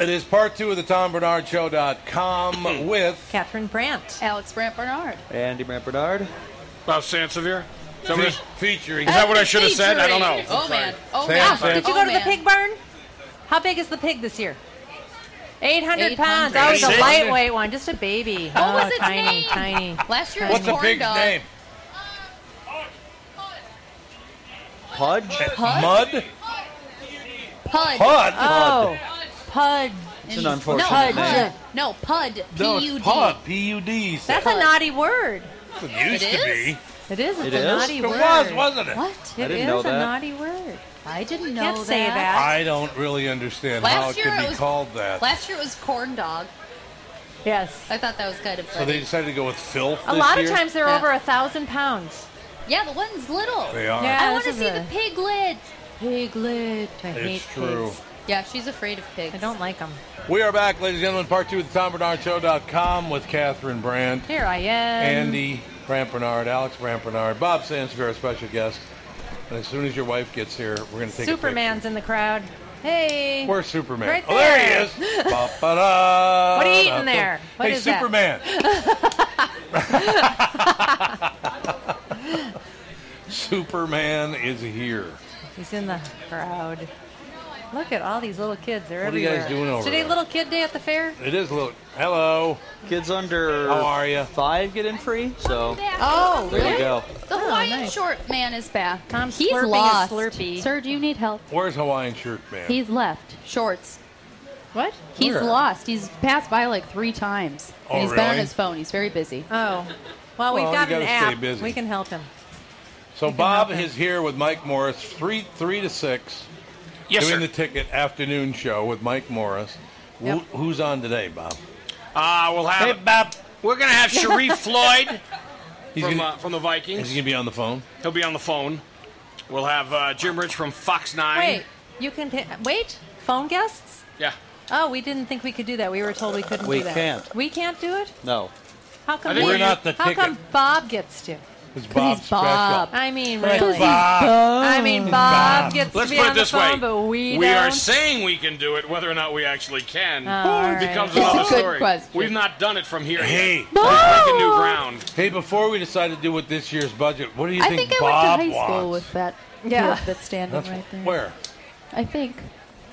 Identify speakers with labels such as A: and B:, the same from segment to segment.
A: It is part two of the Tom Bernard
B: Hmm.
A: Show.com with
C: Catherine Brandt.
B: Alex Brant Bernard.
D: Andy Brant Bernard.
E: Bob Sansevier? Is that what
A: fe-
E: it-
A: featuring.
E: Is that what I should have said? I don't know.
B: Featuring- Oh man. Oh
A: Sam,
B: man.
A: Sam.
C: Ah, Did you
B: Oh,
C: go to the
B: man.
C: pig barn? How big is the pig this year? 800 pounds.
B: 800.
C: That was a
E: That's it?
C: lightweight one, just a baby.
B: What
C: oh,
B: was its
C: tiny,
B: name?
C: tiny.
B: Last year it was
A: What's a
B: corn
A: pig's
B: dog.
A: name?
D: Pudge.
B: Pud. Uh,
A: Mud?
B: Pud.
A: Pud?
C: Oh, Pud.
D: It's an unfortunate
B: no,
D: name.
B: Pud. No, Pud. P
A: No,
B: U
A: it's
B: D.
A: Pud. P-U-D.
C: That's a naughty word.
A: it used
B: It
A: to
B: is?
A: be.
C: It is. It's
D: It
C: a
D: is?
C: naughty
A: It
C: word.
A: was, wasn't it?
B: What?
C: It
D: I didn't
C: is
D: know
C: a
D: that.
C: naughty word.
B: I didn't know
C: Can't
B: that.
C: say that.
A: I don't really understand how it
B: Last year
A: could
B: it
A: be
B: was
A: called that.
B: Last year it was corn dog.
C: Yes.
B: I thought that was kind of
A: so they
B: funny.
A: decided to go with filth
C: A
A: this
C: lot of
A: year?
C: times they're
B: Yeah.
C: over a thousand pounds.
B: yeah, the one's little.
A: They are.
C: Yeah.
B: I
C: this
B: want to
C: is
B: see
C: a-
B: the piglets. Piglet.
C: I hate
A: It's true.
C: pigs.
B: Yeah, she's afraid of pigs.
C: I don't like them.
A: We are back, ladies and gentlemen, part two of the Tom Bernard Show.com with Catherine Brandt,
C: Here I am.
A: Andy Brandt Bernard, Alex Brandt Bernard, Bob Sansevier, our special guest. And as soon as your wife gets here, we're going to take a
C: Superman's in the crowd. Hey.
A: picture. Where's Superman?
C: Right
A: Oh, there
C: there.
A: he is. Ba-ba-da.
C: What are you eating there? What
A: hey,
C: is that?
A: Superman. Superman is here.
C: He's in the crowd. Look at all these little kids. They're
A: What are you
C: everywhere.
A: guys doing over
C: Is Today,
A: there?
C: little kid day at the fair.
A: It is a little. Hello.
D: Kids under
A: How are ya?
D: five get in free. So
C: Oh,
D: there you go.
B: The Hawaiian
C: nice.
B: short man is back.
C: Tom
B: He's
C: slurping his
B: lost.
C: Slurpee.
B: Sir, do you need help?
A: Where's Hawaiian Shirt Man?
B: He's left. Shorts.
C: What?
B: He's
A: Where?
B: lost. He's passed by like three times.
A: Oh,
B: and he's been on
A: really?
B: his phone. He's very busy.
C: Oh. Well, we've
A: Well,
C: got
A: you
C: an
A: gotta stay
C: app.
A: busy.
C: We can help him.
A: So Bob
C: help him.
A: is here with Mike Morris, three three to six,
E: Yes,
A: doing
E: sir.
A: the ticket afternoon show with Mike Morris. Wh-
C: Yep.
A: who's on today, Bob?
E: Uh, we'll have.
A: Bob.
E: We're gonna have Sharif Floyd
A: He's
E: from
A: gonna,
E: uh, from the Vikings.
A: is he gonna be on the phone?
E: He'll be on the phone. We'll have uh, Jim Rich from Fox Nine.
C: Wait. You can ta- wait. Phone guests.
E: Yeah.
C: Oh, we didn't think we could do that. We were told we couldn't
D: We
C: do that.
D: can't.
C: We can't do it.
D: No.
C: How come
E: I think
C: we-
E: We're not
A: the
C: How come
A: ticket.
C: Bob gets to?
A: It's Bob
B: he's Bob.
A: special.
C: I mean,
A: Right,
C: really.
A: Bob.
C: I mean, Bob,
A: Bob.
C: gets
E: Let's
C: to be
E: put
C: on
E: it this
C: the phone,
E: way:
C: but we,
E: are
C: don't.
E: saying we can do it. Whether or not we actually can
C: All right.
E: becomes
C: It's a
E: another
B: good
E: story.
B: question.
E: We've not done it from here.
A: Hey,
E: yet. We're breaking new ground.
A: hey! Before we decide to do with this year's budget, what do you
B: I
A: think,
B: think I
A: Bob
B: went to high
A: wants?
B: school with that
C: Yeah.
B: kid that's standing
A: That's-
B: right there.
A: Where?
B: I think.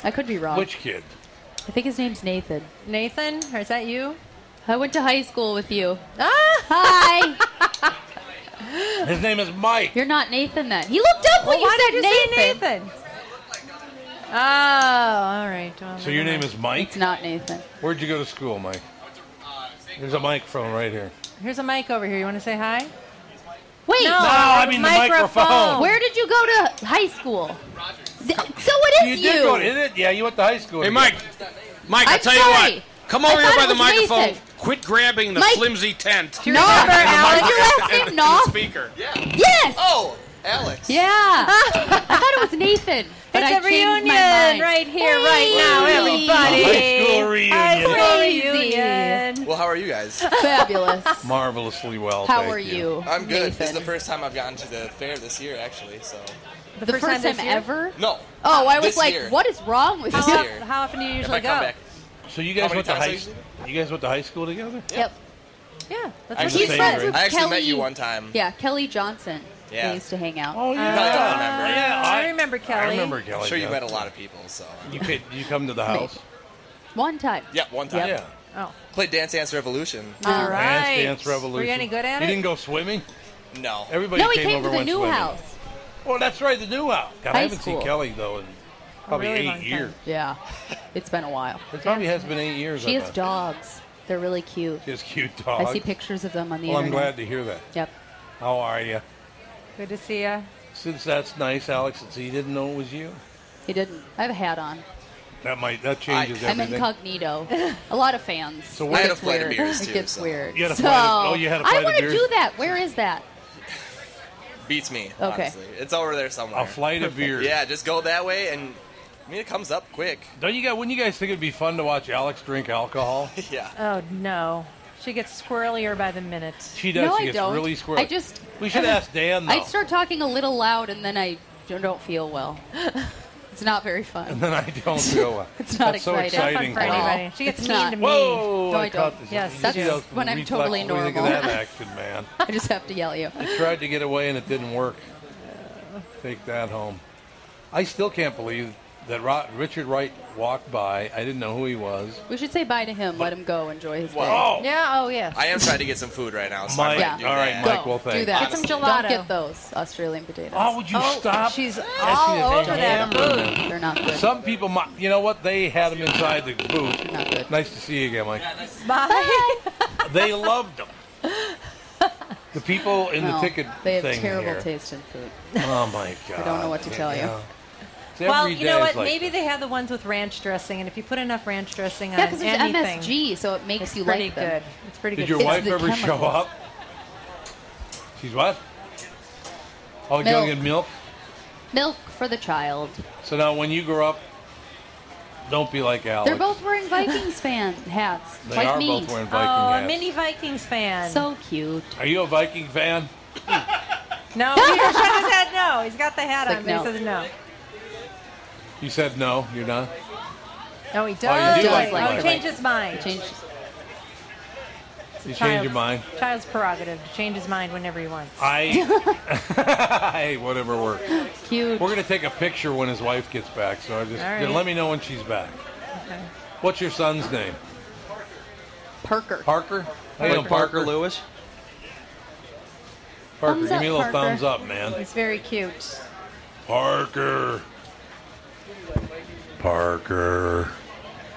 B: I could be wrong.
A: Which kid?
B: I think his name's Nathan.
C: Nathan, or is that you?
B: I went to high school with you.
C: Ah,
B: Hi.
A: His name is Mike.
B: You're not Nathan then. He looked up when
C: why
B: you said
C: did you
B: Nathan.
C: say Nathan? Oh, all right. Well,
A: So your name
C: never mind.
A: is Mike.
B: It's not Nathan.
A: Where'd you go to school, Mike? There's a microphone right here.
C: Here's a mic over here. You want to say hi?
B: Wait.
C: No,
A: I mean the microphone.
B: Where did you go to high school? Th- So it
A: You
B: is
A: did go to it? Yeah, you went to high school.
E: Hey,
A: together.
E: Mike. Mike, I
B: I'm
E: tell
B: sorry.
E: you what. Come
B: I
E: over here
B: thought
E: by
B: it
E: the
B: was
E: microphone.
B: Nathan.
E: Quit grabbing the
B: Mike-
E: flimsy tent.
C: you remember,
E: And the
C: Alex?
E: mic-
B: Your last name,
E: and
B: Noff?
E: the speaker.
B: Yes.
F: Oh, Alex.
B: Yeah. Ah, I thought it was Nathan. But
C: it's
B: I
C: a
B: changed
C: reunion
B: my mind.
C: right here, right now,
B: Hey.
C: everybody.
A: High school reunion.
C: High school
B: Crazy.
C: reunion.
F: Well, how are you guys?
B: Fabulous.
A: Marvelously well.
B: How
A: thank
B: are you?
F: I'm good.
B: Nathan?
F: This is the first time I've gotten to the fair this year, actually. So
C: The,
B: The first
C: this
B: time
C: year?
B: ever?
F: no.
B: Oh, I was
F: This
B: like,
F: year.
B: what oh. is wrong with
C: How,
F: This
B: you?
C: of-
F: year.
C: how often do you
F: If
C: usually
F: I come
C: go?
F: back,
A: So you
F: How
A: guys
F: many
A: went to
F: times
A: high.
F: have you
A: You guys went to high school together.
B: Yep.
C: Yeah, that's
F: I
C: what
F: actually
C: she
B: He's
F: met
B: friends
A: you.
B: with
F: I actually
B: Kelly.
F: met you one time.
B: Yeah, Kelly Johnson.
F: Yeah.
B: They used to hang out.
A: Oh yeah.
F: Probably don't
C: Uh,
F: remember.
A: Yeah,
C: I,
A: I-
C: remember Kelly.
A: I remember Kelly.
F: I'm sure you
A: yeah.
F: met a lot of people. So
A: You could, you come to the house.
B: One time.
F: yeah, one time.
A: Yeah.
C: Oh,
F: Played Dance Dance Revolution.
C: all right.
A: Dance Dance Revolution.
C: Were you any good at it?
A: You didn't go swimming.
F: No.
A: Everybody
B: No, he
A: came,
B: came
A: over
B: to the
A: went
B: new
A: swimming.
B: house.
A: Oh, that's right, the new house. God, I
B: High
A: haven't seen
B: school.
A: Kelly though in probably
C: really long
A: eight
C: time.
A: years.
B: Yeah. It's been a while.
A: It probably has been eight years.
B: She
A: I
B: has
A: bet.
B: dogs. They're really cute.
A: She has cute dog.
B: I see pictures of them on the
A: Well, I'm
B: internet.
A: glad to hear that.
B: Yep.
A: How are you?
C: Good to see you.
A: Since that's nice, Alex. Since he didn't know it was you,
B: He didn't. I have a hat on.
A: that might that changes
B: I'm
A: everything.
B: incognito. A lot of fans. So
A: where-
F: I had
B: gets
F: a flight of
B: weird.
F: beers,
B: It
F: too,
B: gets
F: so.
B: weird.
A: You had a
B: so
A: flight of- oh, you had a flight
B: I
A: of
B: want to
A: beers?
B: do that. Where is that?
F: Beats me.
B: Okay.
F: Honestly. It's over there somewhere.
A: A flight of beer.
F: Yeah, just go that way, and I mean it comes up quick.
A: Don't you guys? Wouldn't you guys think it'd be fun to watch Alex drink alcohol?
F: Yeah.
C: Oh no, she gets squirrelier by the minute.
A: She does.
B: No,
A: she
B: I
A: gets
B: don't.
A: really squirrely.
B: I just-
A: We should ask Dan though.
B: I start talking a little loud and then I don't feel well. It's not very fun.
A: then I don't feel well.
B: It's not
A: That's so
B: exciting.
A: exciting.
C: Not fun for
B: Wow.
C: anybody. She gets
B: It's
C: mean
B: not.
C: to me.
A: Whoa!
B: No,
A: I
B: I don't.
A: caught this.
C: Yes,
A: You
C: that's
A: see those
B: when I'm
A: reflex-
B: totally
A: What do you think of
B: normal.
A: that action, man?
B: I just have to yell at you.
A: Tried to get away and it didn't work. Take that home. I still can't believe that Ro- Richard Wright walked by. I didn't know who he was.
B: We should say bye to him. Let him go. Enjoy his
F: Well,
B: day.
C: Yeah. Oh yeah.
F: I am trying to get some food right now. So
A: Mike,
F: I might do
A: all right,
F: that.
A: Mike.
B: Go.
A: well, thanks.
B: Do that.
F: Get some
C: gelato.
B: Don't get those Australian potatoes.
A: Oh, would you
C: Oh,
A: stop?
C: she's
A: Catching
C: all
A: a
C: over that
A: hammer.
C: food.
B: They're not good.
A: Some people, might, you know what? They had him inside the booth.
B: Not good.
A: Nice to see you again, Mike.
C: Bye.
A: They loved them. The people in the
B: No,
A: ticket
B: they have
A: thing
B: terrible
A: here.
B: taste in food.
A: Oh my god!
B: know what to tell you.
A: Yeah. It's
C: Well,
A: every
C: you
A: day
C: know
A: it's
C: what?
A: like
C: Maybe
A: that.
C: they have the ones with ranch dressing, and if you put enough ranch dressing on
B: Yeah, because there's
C: anything,
B: MSG, so it makes
C: it's
B: you
C: pretty
B: like
C: good.
B: them.
C: It's pretty
A: Did
C: good.
A: your
B: It's
A: wife
B: the
A: ever show
B: chemicals.
A: up? She's what? Oh,
B: Milk.
A: going and milk.
B: Milk for the child.
A: So now, when you grow up, don't be like Alex.
B: They're both wearing Vikings fan hats,
A: They
B: like
A: are
B: me.
A: both wearing Viking
C: oh,
A: hats.
C: a mini Vikings fan.
B: so cute.
A: Are you a Viking fan?
C: no, Peter shook his head no. He's got the hat
B: It's
C: on,
B: like,
C: but he says no.
A: You said no. You're not.
C: No, he does.
A: do
B: like
C: oh,
B: Vikings.
C: change his mind.
B: Change.
A: You
C: Child's-
A: change your mind.
C: Child's prerogative to change his mind whenever he wants.
B: Oh.
A: I. hey, whatever works.
B: Cute.
A: We're gonna take a picture when his wife gets back. So I just
C: All right.
A: then let me know when she's back. What's your son's name?
B: Perker.
A: Parker. How you doing,
D: Parker Lewis.
A: Parker,
B: Thumbs
A: give me a
B: up,
A: little
B: Parker.
A: thumbs up, man.
C: He's very cute.
A: Parker. Parker.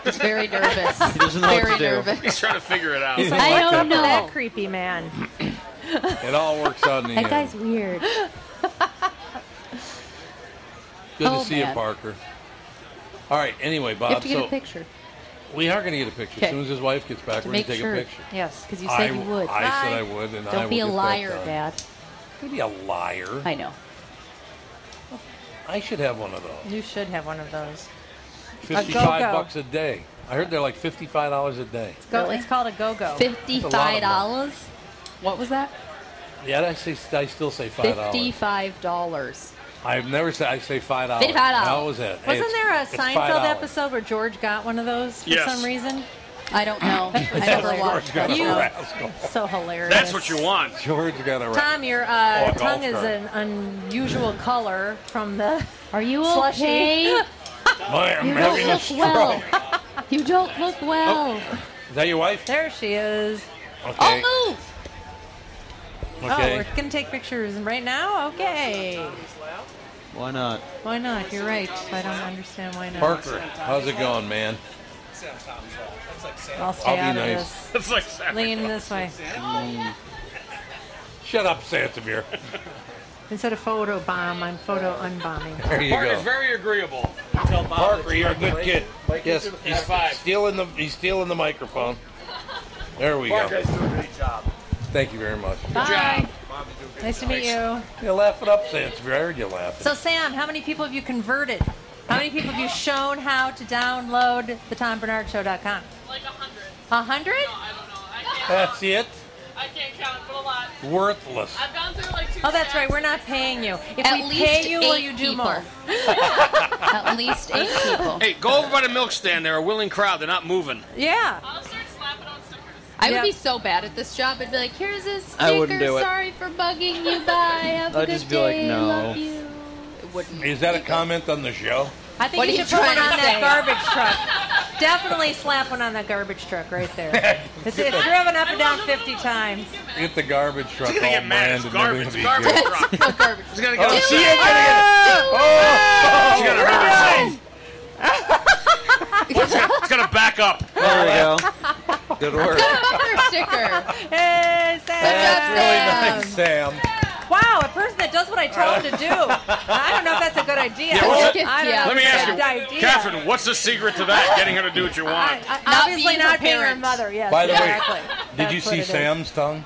B: He's very nervous.
D: He doesn't know
B: very
D: what to do.
B: nervous.
E: He's trying to figure it out.
A: He's
B: I
A: like
B: don't
A: that.
B: know.
C: That creepy man.
A: It all works out in the
B: That
A: end.
B: guy's weird.
A: Uh, Good
B: oh,
A: to see you,
B: man.
A: Parker. All right. Anyway,
B: You have
A: Bob.
B: to get
A: So
B: a picture
A: we are going to get a picture as
B: Okay.
A: soon as his wife gets back.
B: to
A: We're going
B: make
A: to take
B: sure.
A: a picture.
C: Yes.
B: because you said
A: I,
B: you would.
A: I said
C: Bye.
A: I would, and I
B: Don't
A: will
B: be a
A: get that
B: liar,
A: done.
B: Dad.
A: Don't be a liar.
B: I know.
A: I should have one of those.
C: You should have one of those.
A: Fifty-five
C: go-go.
A: bucks a day. I heard they're like fifty-five dollars a day.
C: It's, go-
B: Really?
C: it's called a go-go.
B: Fifty-five dollars. What was that?
A: Yeah, I say I still say five dollars.
B: Fifty-five dollars.
A: I've never said I say five dollars.
B: $55.
A: How was that? Hey,
C: Wasn't
A: it's-
C: there a
A: it's
C: Seinfeld
A: $5.
C: episode where George got one of those for
E: Yes.
C: some reason?
B: I don't know. I never
A: George
B: watched
A: got
B: that
A: a
C: You-
B: show.
A: rascal.
C: So hilarious.
E: That's what you want.
A: George got a rascal.
C: Tom, your
A: Oh, a
C: uh,
A: golf
C: tongue is
A: cart.
C: an unusual color from the.
B: Are you
C: Slushy.
B: okay?
A: Boy, I'm
B: You
A: having
B: don't
A: a
B: look
A: stroke.
B: well. You don't look well.
A: Is that your wife?
C: There she is.
A: Okay.
B: I'll move.
C: Oh,
A: okay.
C: we're gonna take pictures right now. Okay.
D: Why not?
C: Why not? You're right. I don't understand why not.
A: Parker, how's it going, man?
C: I'll stay
A: I'll be
C: out of
A: nice.
C: this.
E: It's like that.
C: Lean this way
A: Shut up, Sansevier.
C: instead of photo bomb. I'm photo unbombing.
A: There you
E: Parker's
A: go.
E: very agreeable.
A: Parker, you're a good kid. Yes, he's
E: High five.
A: stealing the he's stealing the microphone. There we go. Thank you very much.
C: Bye. Nice to meet you.
A: You're laughing up, Sansevier. I heard you laughing.
C: So Sam, how many people have you converted? How many people have you shown how to download the TomBernardShow.com?
G: Like a hundred.
C: A hundred?
G: No, I don't know. I can't.
A: That's it.
G: I can't count, but a lot.
A: Worthless.
G: I've gone through like two.
C: Oh, that's
G: stacks.
C: right. We're not paying you. If
B: At
C: we
B: least
C: pay you, will
B: eight
C: you do
B: people.
C: more?
B: At least eight people.
E: Hey, go over by the milk stand. They're a willing crowd. They're not moving.
C: Yeah.
G: I'll start slapping on stickers.
B: I
C: Yeah.
B: would be so bad at this job. I'd be like, here's a sticker.
D: I wouldn't do it.
B: Sorry for bugging you. Bye. Have a
D: I'd
B: good
D: just be like,
B: day.
D: no.
B: Love you. It wouldn't.
A: Is that a comment on the show?
C: I think
B: What
C: you
B: are you
C: should put one
B: trying to
C: on that garbage truck. Definitely slap one on that garbage truck right there. It's, it's driven up and down 50 times.
A: Get the garbage truck
E: He's
A: all
E: gonna get mad. It's
A: branded.
E: garbage. It's
A: and everything.
E: garbage truck. He's
B: a garbage.
E: gonna
A: Oh,
E: get
A: she
E: upset.
A: ain't gonna get it. Oh,
E: She's gonna hurt herself. It's gonna back up.
D: There we go. Good work.
B: Bumper sticker.
C: Hey,
A: That's
C: Sam.
A: really nice, Sam.
C: Wow, a person that does what I tell them to do. I don't know if that's a good idea.
E: Yeah, what's
B: it-
C: I don't
B: yeah.
C: know
E: Let me
C: if it's
E: ask
C: a
E: you,
C: good idea.
E: Catherine, what's the secret to that? Getting her to do what you
C: I,
E: want.
C: I,
B: Not
C: obviously
B: being
C: not
B: the
C: being her
B: parent.
C: mother. Yes,
A: By the way,
C: exactly.
A: Did you
C: That's what
A: see
C: it is.
A: Sam's tongue?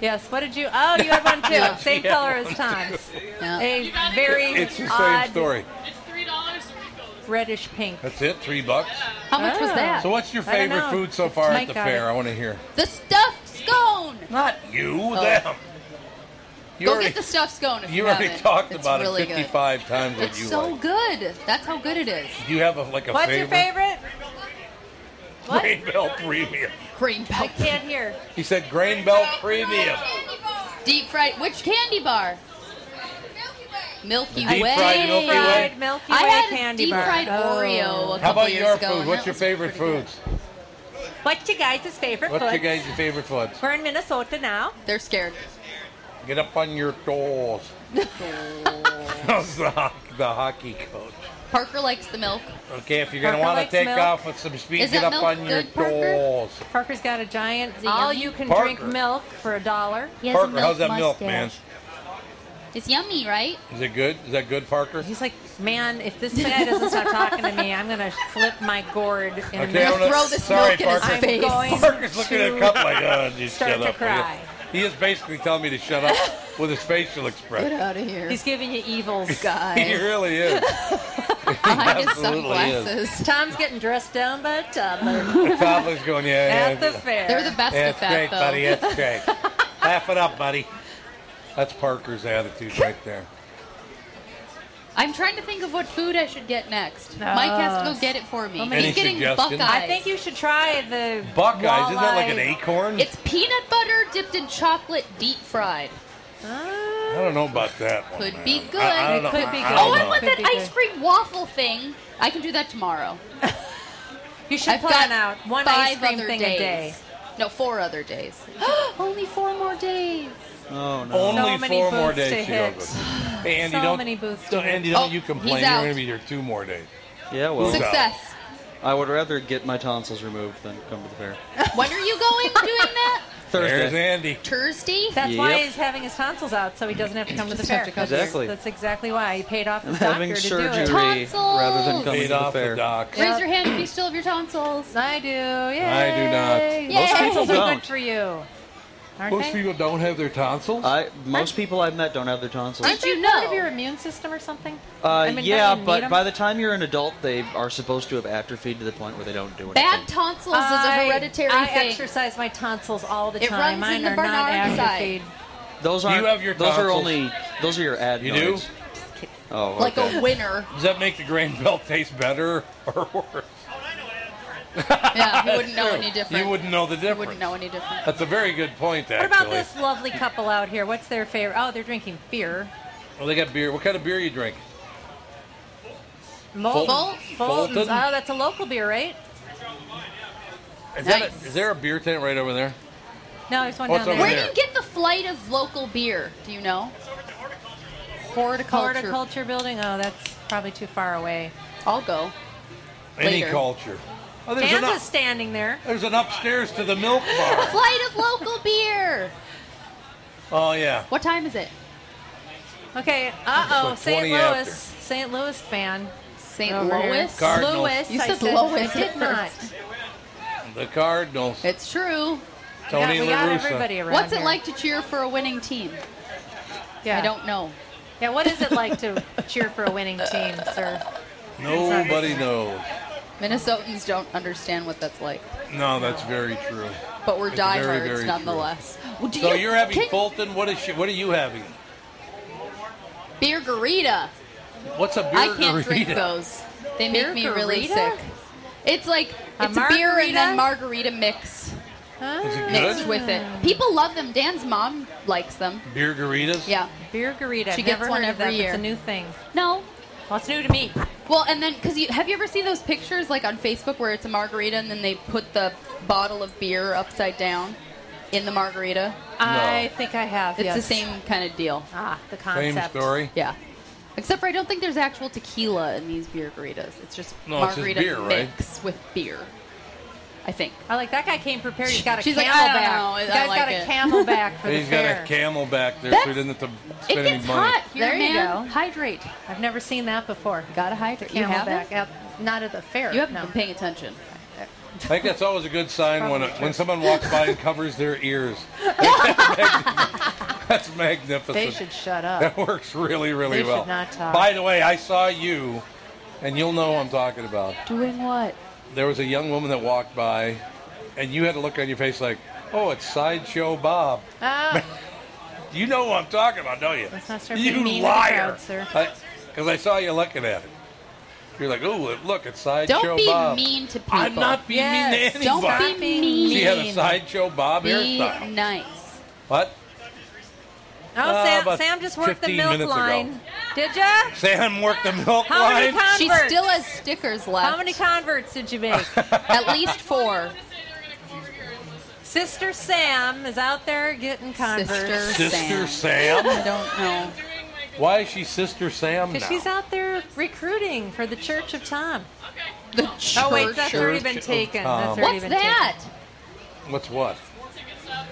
C: Yes. What did you? Oh, you had one too.
B: Yeah.
C: Same
A: Yeah,
C: color
A: one
C: as Tom's.
B: Yeah.
C: A
G: You got it.
C: very
A: It's the
C: odd
A: same story.
G: It's three dollars to refill this.
C: reddish pink.
A: That's it. Three bucks.
B: How much was
C: Ah.
B: that?
A: So, what's your
C: I don't
A: favorite
C: know.
A: food so far
C: Mike
A: at the
C: got
A: fair?
C: it.
A: I want to hear.
B: the stuffed scone.
A: Not you, them. You
B: Go
A: already-
B: get the stuffs going. If you,
A: You already
B: haven't.
A: talked
B: It's
A: about
B: really
A: it
B: good.
A: 55 times what
B: It's
A: you
B: so
A: like.
B: good. That's how good it is.
A: Do you have a, like a
C: What's your
A: favorite?
C: favorite? What?
A: Grain Belt Premium.
B: Cream
C: I
B: pie,
C: can't hear.
A: He said Grain Belt Premium.
B: deep fried. Which candy bar? Milky Way.
A: Deep fried Milky Way.
C: Fried Milky Way
B: I had
C: candy
B: deep
C: bar.
B: fried
C: Oh.
B: Oreo. A
A: How
B: couple
A: about
B: years
A: your
B: ago,
A: food?
B: and
A: What's
B: that
A: your
B: was
A: favorite
B: pretty good.
A: foods?
C: What's your guys' favorite
A: What's
C: food?
A: your guys' favorite foods?
C: We're in Minnesota now.
B: They're scared.
A: Get up on your toes. How's the, ho- the hockey coach?
B: Parker likes the milk.
A: Okay, if you're going to
C: Parker
A: want to
C: likes
A: take
C: milk.
A: off with some speed,
B: Is
A: get
B: that
A: up
B: milk
A: on your
B: good, Parker?
A: toes.
C: Parker's got a giant
B: Is it
C: all
B: yummy?
C: you can drink
A: Parker.
C: milk for a dollar.
B: He has a
A: Parker,
B: milk
A: how's that
B: mustache.
A: milk, man?
B: It's yummy, right?
A: Is it good? Is that good, Parker?
C: He's like, man, if this guy doesn't stop talking to me, I'm gonna flip my gourd in a
A: Okay,
C: minute.
A: I don't know.
B: Throw this
A: Sorry,
B: milk in his
A: Parker.
C: I'm
B: face.
C: going
A: Parker's looking at a cup like, oh, just
C: start
A: shut
C: to
A: up. will ya?"
C: cry.
A: He is basically telling me to shut up with his facial
B: Get
A: expression.
B: out of here.
C: He's giving you evils.
A: He
B: guy
A: really is.
B: behind his
A: absolutely is.
B: sunglasses.
C: Tom's getting dressed down by a toddler
A: The toddler's going, yeah, yeah.
C: at the fair.
B: They're the best
A: That's
B: at that,
A: great,
B: though.
A: buddy. That's great. Laugh it up, buddy. That's Parker's attitude right there.
B: I'm trying to think of what food I should get next. Mike has to go get it for me.
A: Any
B: He's getting
A: suggestions?
B: Buckeyes.
C: I think you should try the
A: Buckeyes, isn't that like an
C: walleye-
A: acorn?
B: It's peanut butter dipped in chocolate, deep fried.
C: Ah.
A: I don't know about that one.
B: Could
A: man.
B: be good.
A: I, I
C: It
A: don't know.
C: could be
A: I- I
C: good.
A: don't
B: Oh, I
A: know.
B: want
C: Could
B: that
C: be
B: ice
C: good.
B: cream waffle thing. I can do that tomorrow.
C: You should
B: I've
C: plan
B: got
C: out one ice
B: five
C: cream
B: other
C: thing
B: days.
C: a day.
B: No, four other days. Only four more days.
D: Oh no.
A: Only
C: So many
A: four more
C: booths to
A: days
C: hit.
A: goes. Hey, Andy,
C: So
A: don't,
C: many booths to
A: don't,
C: hit.
A: Andy, don't
B: Oh,
A: you complain.
B: he's
A: You're
B: out.
A: going to be here two more days.
D: Yeah, well,
A: Six-
B: Success.
D: I would rather get my tonsils removed than come to the fair.
B: When are you going doing that?
A: There's
D: Thursday.
A: Andy.
B: Thursday?
C: That's why
D: Yep.
C: he's having his tonsils out, so he doesn't have to come to the
B: Just have
C: fair.
B: to come
D: Exactly.
C: That's exactly why he paid off his
D: Having
C: doctor
D: surgery
C: to do it.
D: rather than
B: Tonsils.
D: coming to
A: Paid
D: the
A: off the
D: fair.
A: docs.
B: Raise your hand if you still have your tonsils.
C: I do.
A: I do not.
C: Yay.
B: Most Yay. people
C: Tonsils are
D: don't.
C: good for you, aren't
A: Most
C: they?
A: people don't have their tonsils.
D: I most people I've met don't have their tonsils.
B: Aren't
C: Aren't
B: you
C: they part
B: know?
C: of your immune system or something?
D: Uh,
C: I mean,
D: yeah,
C: don't you need
D: but
C: 'em?
D: by the time you're an adult, they are supposed to have atrophied to the point where they don't do anything.
B: Bad tonsils is a hereditary
C: I, I
B: thing.
C: exercise my tonsils all the
B: It
C: time.
B: runs
C: Mine
B: in the
C: are not
B: Barnard side.
C: atrophied.
D: Those
A: you
D: are
A: have your
D: those are
A: tonsils?
D: only those are your adenoids.
A: You do?
D: Oh,
B: Like
D: okay.
B: a winner.
A: Does that make the grain belt taste better or worse?
B: Yeah, you wouldn't know
A: Sure.
B: any different.
A: You wouldn't know the difference.
B: You wouldn't know any different.
A: That's a very good point,
C: What
A: actually.
C: about this lovely couple out here? What's their favorite? Oh, they're drinking beer.
A: Well, Oh, they got beer. What kind of beer you drink? Fult-
C: Mol- Fulton's.
A: Fulton?
C: Oh, that's a local beer, right?
A: Is, that
B: Nice.
A: a, is there a beer tent right over there?
C: No, there's one
A: Oh,
C: down
A: it's over
C: there.
B: Where
A: there.
B: do you get the flight of local beer? Do you know? Horticulture.
C: Horticulture building. Oh, that's probably too far away.
B: I'll go.
A: Any
B: Later.
A: culture. Oh, there's, an
C: Dan's
A: up-
C: is standing there.
A: there's an upstairs to the milk bar.
B: Flight of local beer.
A: Oh, yeah.
B: What time is it?
C: Okay. Uh oh.
A: It's like
C: St.
A: 20
C: Louis.
A: after.
C: St. Louis fan.
B: St.
C: Over here.
B: Louis.
A: Car- Cardinals.
C: Louis.
B: You
C: I
B: said
C: said
B: Lois
C: I did
B: at
C: not.
B: first.
A: The Cardinals.
B: It's true.
A: Tony
C: yeah, we
A: La
C: got
A: Russa.
C: everybody around.
B: What's it
C: here.
B: like to cheer for a winning team?
C: Yeah.
B: I don't know.
C: Yeah. What is it like to cheer for a winning team, sir?
A: Nobody knows.
B: Minnesotans don't understand what that's like,
A: No, that's very true.
B: but we're
A: It's very,
B: diehards
A: very true.
B: nonetheless. Well, do
A: So you're having
B: can-
A: Fulton. What is she, What are you having?
B: beer garita.
A: What's a beer?
B: I can't drink
A: garita?
B: those. They make
C: Beer
B: me really
C: garita?
B: sick. It's like
C: A
B: it's beer and
C: margarita?
B: then margarita mix
A: Is it
B: mixed
A: good?
B: with it. People love them. Dan's mom likes them.
A: Beer garitas.
B: Yeah.
C: Beer garita.
B: She
C: I've
B: gets
C: never
B: one
C: heard of
B: every
C: that.
B: year.
C: It's a new thing.
B: No.
C: Well, it's new to me.
B: Well, and then because you have you ever seen those pictures like on Facebook where it's a margarita and then they put the bottle of beer upside down in the margarita?
C: I think I have.
B: It's
C: yes.
B: the same kind of deal.
C: Ah, the
A: Same
C: concept.
A: story.
B: Yeah. Except for I don't think there's actual tequila in these beer garitas. It's just
A: No, it's just
B: margarita
A: beer, right?
B: mix with beer. I think.
C: I like that guy came prepared. He's got a
B: She's like,
C: camel
B: I don't know. I
C: back. The guy's got
B: like
C: a
B: it.
C: camel back for the
A: He's got
C: fair.
A: a camel back there, so he
B: That's-
A: didn't have to
B: It
A: spend
B: gets
A: any money.
B: hot here,
C: There you
B: man.
C: go.
B: Hydrate.
C: I've never seen that before.
B: Gotta hydrate. You
C: Camelback
B: haven't?
C: At, not at the fair.
B: You haven't
C: no.
B: been paying attention.
A: I think that's always a good sign when when someone walks by and covers their ears. that's magnificent.
C: They should shut up.
A: That works really, really
C: They should
A: well.
C: not talk.
A: By the way, I saw you, and you'll know who I'm talking about.
B: Doing what?
A: There was a young woman that walked by, and you had a look on your face like, "Oh, it's sideshow Bob."
C: Ah,
A: You know what I'm talking about, don't you?
C: Let's not start
A: you
C: being mean to the
A: liar.
C: crowd, sir.
A: Because I, saw you looking at it. You're like, oh, look, it's sideshow
B: Don't be
A: Bob.
B: mean to people.
A: I'm not being
C: Yes,
A: mean to
B: Don't
A: anybody.
B: be mean.
A: She had a sideshow Bob
B: Be
A: hairstyle.
B: nice.
A: What?
C: Oh,
A: Uh,
C: Sam,
A: about
C: Sam just worked the
A: 15
C: milk
A: minutes ago.
C: line. Did ya?
A: Sam worked the milk
C: How many
A: line.
C: times-
B: She
C: Converts.
B: still has stickers left.
C: How many converts did you make?
B: At least four.
G: They say they were going to come over here and listen.
C: Sister Sam is out there getting converts.
B: Sister
A: Sister
B: Sam.
A: Sam?
B: I don't know.
G: Doing my good.
A: Why is she Sister Sam now?
C: Because she's out there recruiting for the Church of Tom.
B: The
G: Okay.
B: church.
C: Oh, wait, that's already been
A: Church of
C: taken.
A: Tom.
C: That's already
B: What's
C: been
B: that?
A: What's what?
G: Tickets up.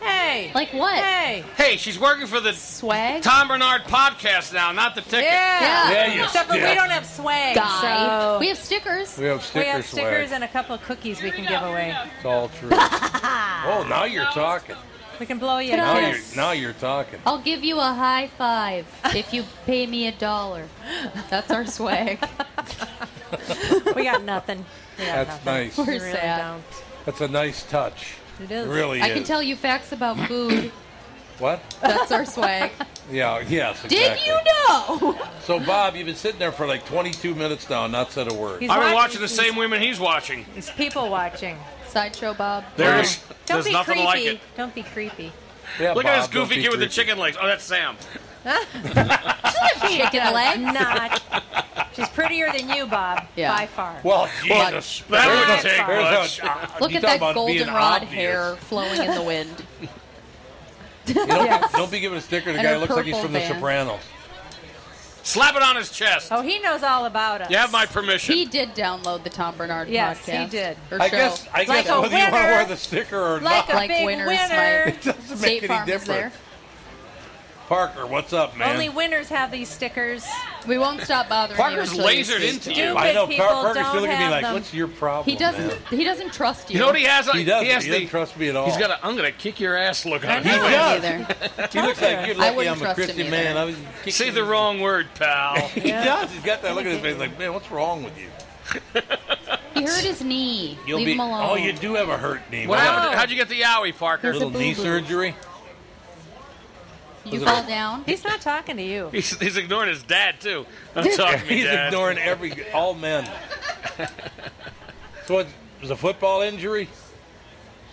C: Taken. Hey.
B: Like what?
C: Hey.
E: Hey, she's working for the
B: Swag?
E: Tom Bernard podcast now, not the ticket.
C: Yeah.
B: Yeah,
A: you
C: Except for we
A: stiff.
C: don't have swag.
B: Guy.
C: So
B: We have stickers.
A: We have
C: we
A: stickers.
C: have stickers
A: swag.
C: and a couple of cookies we
G: Here
C: can
G: we go,
C: give away.
G: here we go.
A: It's all true. oh, now you're talking.
C: We can blow you a
A: Now
C: kiss.
A: you're now you're talking.
B: I'll give you a high five if you pay me a dollar. That's our swag.
C: We got nothing. We got
A: That's
C: nothing.
A: nice.
C: We
B: We're
C: really
B: sad.
C: don't.
A: That's a nice touch.
C: It is.
A: really
B: I
A: is.
B: can tell you facts about food.
A: What?
B: That's our swag.
A: Yeah. Yes. Exactly.
B: Did you know?
A: So Bob, you've been sitting there for like 22 minutes now, and not said a word.
C: He's
E: I've been
C: watching
E: watching the same women he's watching.
C: It's people watching.
B: Sideshow Bob.
E: There's,
C: Don't
E: there's
C: be
E: nothing
C: creepy.
E: like it.
C: Don't be creepy.
A: Yeah,
E: Look
A: Bob,
E: at this
A: don't
E: goofy
A: be
E: kid with the
A: creepy.
E: chicken legs. Oh, that's Sam.
B: Chicken leg.
C: Not. She's prettier than you, Bob.
B: Yeah.
C: By far.
A: Well, Jesus,
E: That
A: There's
E: wouldn't
A: a-
E: take
A: there's a-
E: much.
A: uh,
B: Look
A: you
B: at
A: talk
B: that
A: about being
B: goldenrod
A: obvious.
B: hair flowing in the wind.
A: You don't, don't be giving a sticker. The
B: And
A: guy
B: her
A: looks like he's
B: purple
A: from The
B: van.
A: Sopranos.
E: Slap it on his chest.
C: oh, he knows all about us.
E: You have my permission.
B: He did download the Tom Bernard
C: Yes,
B: podcast.
C: he did.
B: Or
A: I
B: show.
A: guess. I
C: Like
A: guess
C: a
A: whether you want to
C: winner.
A: wear the sticker or
C: Like
A: not,
C: a
B: Like
C: big
B: winners,
C: winner.
B: Mike.
A: it doesn't make
B: State
A: any
B: Farm is there.
A: difference. Parker, what's up, man?
C: Only winners have these stickers.
B: We won't stop bothering
E: Parker's
B: you. until you
E: lasered
B: see
E: into
B: it.
E: you.
C: Stupid
A: I know
C: people
A: Par- Parker's
C: don't
A: still looking at me
C: have
A: like,
C: them.
A: "What's your problem?"
B: He doesn't.
A: man?"
B: He doesn't trust you.
E: You know what he has? on-
A: He doesn't.
E: has
A: He doesn't
E: the-
A: trust me at all.
E: He's got a. I'm gonna kick your ass. Look on.
C: know.
E: his
B: I
E: face.
B: don't either.
A: He looks like you're
B: I
A: lucky
B: wouldn't
A: I'm a
B: trust him
A: Christian
B: either.
A: man. I was
E: Say the wrong word, pal.
A: He does. He's got that look at his face, like, man, what's wrong with you?
B: He hurt his knee.
A: You'll
B: Leave
A: be.
B: him alone.
A: Oh, you do have a hurt knee.
E: What
A: Wow.
E: happened? How'd you get the yowie, Parker?
A: Little
B: It's a
A: knee
B: boo-boo.
A: surgery.
B: You
A: Was it
B: fall
A: a-
B: down.
C: He's not talking to you.
E: He's, he's ignoring his dad too. Don't talk to me,
A: He's
E: dad.
A: ignoring every all men. so what? Was a football injury?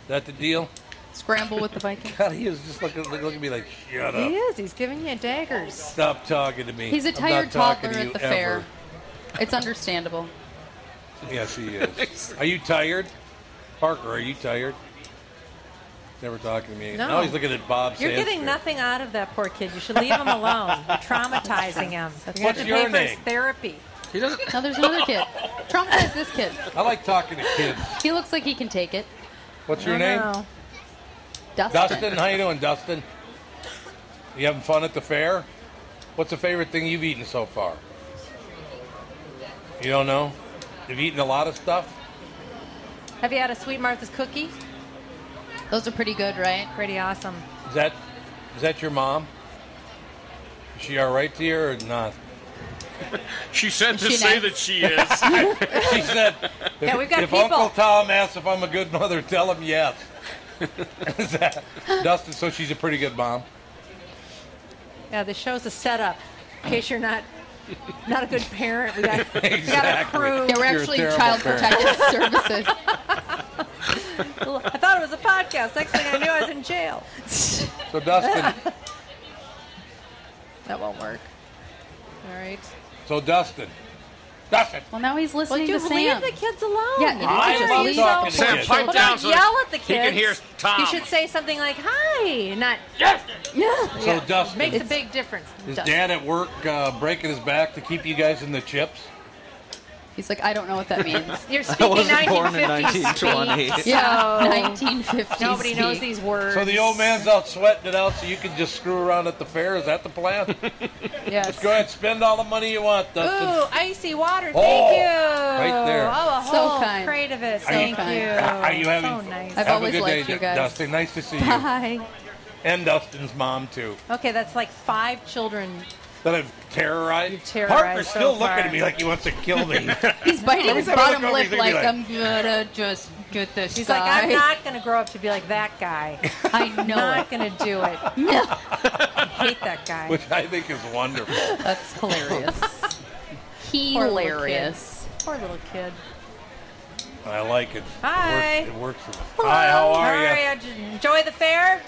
A: That the deal?
B: Scramble with the Vikings.
A: God, he was just looking, looking at me like, shut
C: He
A: up.
C: is. He's giving you daggers.
A: Stop talking to me.
B: He's a
A: I'm not
B: tired
A: talking
B: toddler
A: to
B: at
A: you
B: the
A: ever."
B: fair. It's understandable.
A: Yes, he is. are you tired? Parker, are you tired? Never talking to me.
C: No.
A: Now he's looking at Bob
C: You're
A: Sands
C: getting
A: there.
C: nothing out of that poor kid. You should leave him alone. You're traumatizing him. You're
A: What's
C: going to
A: your
C: pay for his
A: name?
C: therapy.
E: He doesn't.
B: Now there's another kid. Traumatize this kid.
A: I like talking to kids.
B: He looks like he can take it.
A: What's your
C: I
A: name?
C: know.
B: Dustin.
A: Dustin, how you doing, Dustin? You having fun at the fair? What's the favorite thing you've eaten so far? You don't know? You've eaten a lot of stuff?
C: Have you had a Sweet Martha's cookie?
B: Those are pretty good, right?
C: Pretty awesome.
A: Is that is that your mom? Is she all right to you or not?
E: She said to
B: She
E: say
B: knows.
E: that she is.
A: She said, if,
C: Yeah, we've got
A: if
C: people.
A: Uncle Tom asks if I'm a good mother, tell him yes. Is that- Dustin, so she's a pretty good mom.
C: Yeah, the show's a setup. In case you're not not a good parent, we got, we got a
A: Exactly.
C: crew.
B: Yeah, we're
A: You're a
B: actually
A: terrible
B: Child
A: parent.
B: Protective Services.
C: I thought it was a podcast. Next thing I knew, I was in jail.
A: So Dustin,
B: That won't work.
C: All right.
A: so Dustin, Dustin,
B: Well, now he's
C: Well,
B: listening
C: you
B: to Sam.
C: leave the kids alone.
B: Yeah, you
C: Why
A: just
C: are
A: leave
C: you
A: them alone.
C: so
A: Sam,
C: pushy?
A: pipe
C: Well,
E: down
C: don't
E: so
C: yell at the kids.
E: he can hear Tom.
C: You should say something like "Hi," not
B: yeah.
A: so Dustin.
C: makes a big difference.
A: Is
B: Dustin.
A: Dad at work uh, breaking his back to keep you guys in the chips?
B: He's like, I don't know what that means.
C: You're
D: I
C: speaking
D: wasn't born in
C: 1950s. speak.
D: 1920.
B: yeah.
C: So-
B: 1950s.
C: Nobody knows
B: speak.
C: these words.
A: So the old man's out sweating it out, so you can just screw around at the fair. Is that the plan?
C: Yes.
A: Go ahead, spend all the money you want, Dustin.
C: Ooh, icy water. Thank
A: Oh,
C: you.
A: right there.
C: Oh, a
B: So
C: whole
B: kind.
C: crate of it.
A: Are
C: Thank
B: kind.
C: you.
A: Are you having?
C: so nice.
B: I've
A: have
B: always
A: a good
B: liked
A: day,
B: you guys.
A: Dustin. Nice to see you,
B: Hi.
A: and Dustin's mom too.
C: Okay, that's like five children.
A: That I've terrorized.
C: You've terrorized
A: Parker's
C: so
A: still
C: far.
A: looking at me like he wants to kill me.
B: He's biting his
A: time I look
B: bottom
A: over,
B: lip
A: he's gonna
B: like,
A: be like-
B: I'm gonna just with this
C: She's
B: guy.
C: like, I'm not going to grow up to be like that guy.
B: I know it.
C: not going to do it.
B: No.
C: Hate that guy.
A: which I think is wonderful.
B: That's hilarious.
C: Poor little kid.
B: hilarious.
C: Poor little kid.
A: I like it.
C: Hi.
A: It works. It works. Hi, how are
C: How
A: you?
C: are you? Did you enjoy the fair?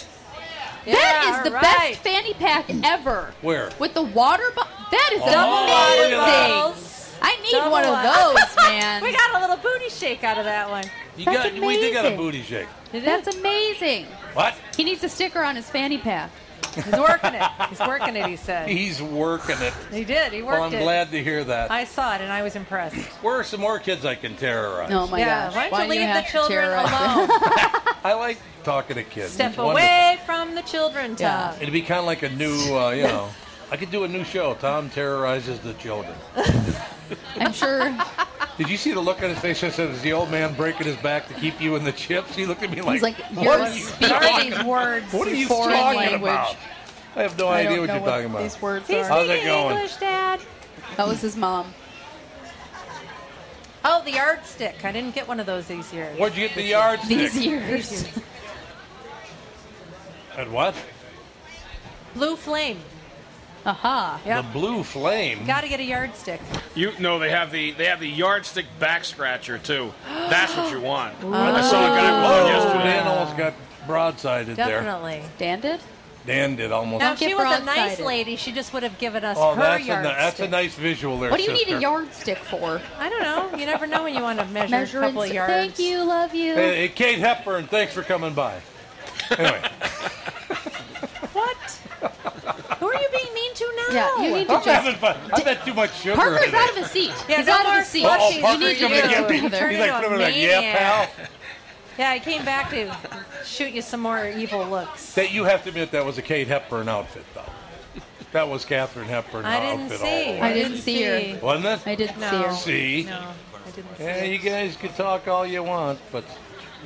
C: Yeah,
B: That is the
C: all right.
B: best fanny pack ever.
A: Where?
B: With the water bottle. That is
A: Double water
B: amazing.
C: Oh, bottles.
B: I need
C: Double
B: one of
C: water.
B: those, man.
C: We got a little booty shake out of that one.
A: You
B: That's
A: got we did got a
B: amazing.
A: booty shake.
B: That's amazing.
A: What?
B: He needs a sticker on his fanny pack.
C: He's working it. He's working it, he said.
A: He's working it.
C: He did. He worked
A: Well, I'm
C: it.
A: glad to hear that.
C: I saw it and I was impressed.
A: Where are some more kids I can terrorize?
B: Oh my
C: yeah,
B: gosh.
C: why don't you leave
B: have
C: the
B: to
C: children
B: terrorize them?
C: alone?
A: I like talking to kids.
C: Step
A: It's wonderful.
C: away from the children, Tom.
A: It'd be kind of like a new, uh, you know. I could do a new show. Tom terrorizes the children.
B: I'm sure
A: Did you see the look on his face? I said, "Is the old man breaking his back to keep you in the chips?" He looked at me like,
B: he's like,
A: "What
B: you're
A: are you
B: speaking
A: talking?
B: these words.
A: What are
B: in
A: you
B: foreign
A: talking
B: language.
A: about?" I have no
B: I
A: idea
B: don't
A: what
B: know
A: you're talking about.
B: These words
C: He's
B: are.
A: How's it
C: speaking
A: going?
C: English, Dad.
B: That was his mom.
C: Oh, the yard stick. I didn't get one of those these years.
A: Where'd you get the yardstick?
B: These years.
A: At what?
C: Blue flame.
B: Aha.
C: Yep.
A: The blue flame.
C: Got to get a yardstick.
E: You no, they have the they have the yardstick back scratcher too. That's what you want. I saw a guy with
A: Oh,
E: one yesterday.
A: Dan almost got broadsided there.
C: Definitely.
B: Dan did?
A: Dan did almost.
C: Now,
B: Don't
C: if she
B: get
C: was a nice
B: broadsided.
C: lady, she just would have given us
A: oh,
C: her
A: that's a, ni-
C: yardstick.
A: that's a nice visual there.
B: What do you need
A: sister.
B: a yardstick for?
C: I don't know. You never know when you want to measure a
B: Measuring.
C: couple of yards.
B: Thank you. Love you.
A: Hey, hey, Kate Hepburn, thanks for coming by. Anyway,
C: What? Who are you being mean to now?
B: Yeah, you need to
A: I'm
B: just.
A: having fun. I've had too much sugar.
B: Parker's
A: in
B: out
A: it.
B: of his seat.
C: Yeah,
B: He's
C: no
B: out of
C: more
B: his seat.
A: Oh,
C: Flushing.
B: You
A: Parker's
B: need to
A: coming to get
B: get
A: me.
B: it together.
A: He's
C: into
A: like,
C: a
A: put him in, like, yeah, pal.
C: maniac." yeah, I came back to shoot you some more evil looks.
A: That you have to admit that was a Kate Hepburn outfit, though. That was Catherine Hepburn
C: I didn't
A: outfit
C: see.
A: all
B: I didn't see her.
A: the way. Wasn't
B: I
A: it?
B: did
C: No.
B: see her.
A: See?
C: No, I didn't see
A: Yeah,
C: it.
A: you guys can talk all you want, but.
C: Hi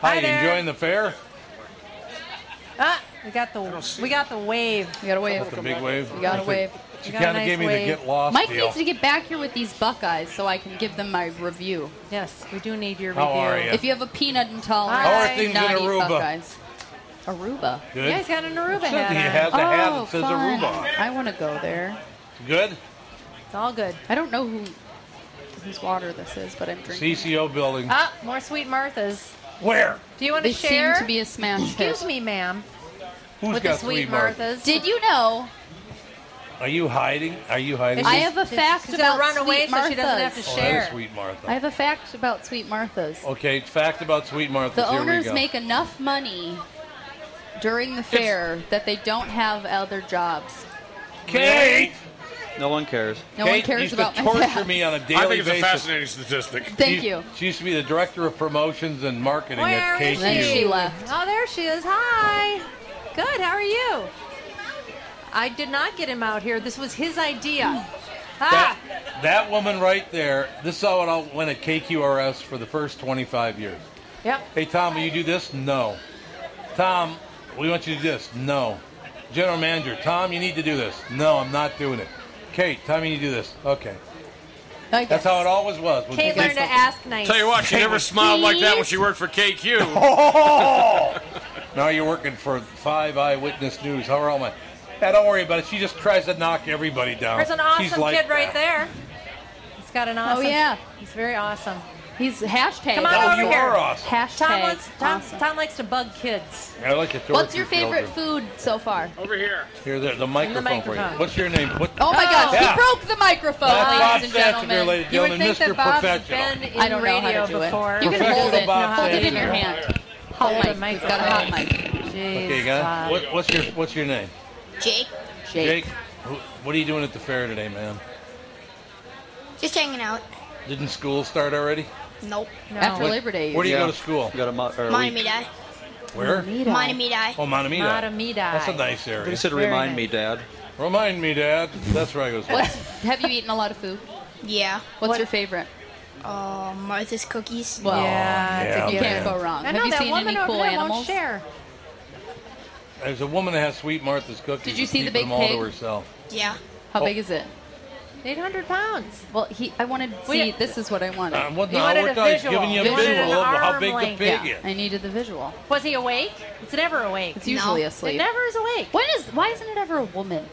A: Hi, you
C: there.
A: enjoying the fair?
C: Ah, we got the we got the wave.
B: You gotta wave.
A: The big wave?
B: You gotta wave.
A: She
C: You got a
A: kind of
C: nice
A: gave me
C: wave.
A: the get lost
B: Mike
A: deal.
B: needs to get back here with these Buckeyes so I can give them my review.
C: Yes, we do need your
A: How
C: review.
A: are ya?
B: If you have a peanut intolerance,
C: How are
B: do
A: things
B: not
A: in
B: eat
A: Aruba?
B: Buckeyes. Aruba.
A: Good?
C: Yeah, he's got an Aruba
A: Said he
C: hat
A: has
C: on.
A: a hat
B: oh,
A: that says
B: fun.
A: Aruba on it.
B: I want to go there.
A: Good?
C: It's all good.
B: I don't know who whose water this is, but I'm drinking.
A: CCO building.
C: Ah, more sweet Marthas.
A: Where?
C: Do you want
B: they
C: to share?
B: seem to be a smash hit.
C: Excuse me, ma'am.
A: Who's
C: with
A: got
C: the sweet
A: Martha?
C: Marthas.
B: Did you know
A: Are you hiding? Are you hiding?
B: I have a fact
C: She's
B: about
C: gonna run away
B: Sweet
C: so she doesn't have to
B: Marthas.
A: oh, that is
C: share.
A: Sweet
B: I
A: Martha.
B: have a fact about Sweet Martha's.
A: Okay, fact about Sweet Martha.
B: The
A: Here we
B: owners
A: go.
B: make enough money during the fair that they don't have other jobs.
A: Kate!
D: No one cares.
B: No
A: Kate
B: one cares
A: used
B: about
A: to
B: my
A: torture
B: fact.
A: me on a daily
E: I think it's a
A: basis.
E: fascinating statistic.
B: Thank
A: She-
B: you.
A: She used to be the director of promotions and marketing
C: Where
A: at
C: is
A: KU.
B: Then
C: she?
B: she left.
C: Oh, there she is. Hi. Good. How are you? I did not get him out here. This was his idea. Ah,
A: That, that woman right there. This is how it all went at KQRS for the first 25 years.
C: yep.
A: Hey Tom, will you do this? No. Tom, we want you to do this. No. General manager, Tom, you need to do this. No, I'm not doing it. Kate, Tom, you need to do this. Okay.
B: I
A: That's how it always was. When
C: Kate
A: you
C: learned
A: did
C: to ask nice.
E: Tell you what, she never smiled like that when she worked for KQ.
A: something- Now you're working for Five Eyewitness News. How are all my? Yeah, don't worry about it. She just tries to knock everybody down.
C: There's an
A: She's
C: awesome
A: like
C: kid right
A: that.
C: there. He's got an awesome.
B: yeah.
C: He's very awesome.
B: He's hashtag.
C: Come on
A: Oh,
C: over
A: you
C: here.
A: are awesome.
B: Hashtag.
C: Tom, wants, Tom,
B: awesome.
C: Tom likes to bug kids.
A: I like it.
B: What's your favorite food so far?
C: Oh,
E: Over here.
A: food? Here, the, the microphone, for
C: microphone.
A: you. What's your name? What?
B: Oh my gosh,
A: Yeah.
B: he broke the microphone,
A: That's Bob
B: ladies and
A: Sansevere,
B: gentlemen.
A: ladies and
C: You would
A: gentlemen,
C: think
A: Mr.
C: that Bob's
A: Professional.
C: been in
B: I don't know
C: radio
B: how to do
C: before.
B: it. You can hold it.
A: Bob
B: Hold it in your
A: Sansevere.
B: hand. Hot
C: Hold
B: mic.
C: the mic
B: He's got a hot mic.
C: Jeez,
A: Okay, guy.
C: Bob.
A: What, what's your What's your name?
H: Jake,
A: Jake. Who, what are you doing at the fair today, man?
H: just hanging out.
A: Didn't school start already?
H: Nope.
C: No.
B: After Labor Day.
A: Where do you
D: Yeah.
A: go to school?
D: You got a mo- or a week.
H: Monty Midai.
A: Where?
H: Monty Midai.
A: Oh, Matamida.
C: Matamidi.
A: That's a nice area.
D: He said,
C: Very
D: "Remind
C: nice.
D: me, Dad."
A: Remind me, Dad. That's where I go.
B: What's, have you eaten a lot of food?
H: Yeah.
B: What's your favorite?
H: Uh, Martha's cookies.
B: Well,
C: Yeah, it's
A: Yeah,
C: a
B: you
C: good
A: man.
B: can't go wrong.
C: I
B: Have
C: know
B: you
C: that
B: seen
C: woman
B: any
C: over
B: cool
C: there Won't
B: animals?
C: share.
A: There's a woman that has Sweet Martha's cookies.
B: Did you
A: and
B: see the
A: keeps
B: big
A: them all
B: pig?
A: to herself.
H: Yeah.
B: How
A: Oh.
B: big is it?
C: 800 pounds.
B: Well, he. I wanted. See,
C: Wait.
B: this is what I wanted.
A: Uh, what
C: You
A: no,
C: wanted
A: what
C: a
A: guy is
C: visual.
A: giving you a
B: You wanted
A: visual
B: an
A: of how
C: arm
A: big the
C: length.
A: pig
B: yeah,
A: is.
B: I needed the visual.
C: Was he awake? It's never awake.
B: It's usually asleep.
C: It never is awake.
B: When is? Why isn't it ever a woman?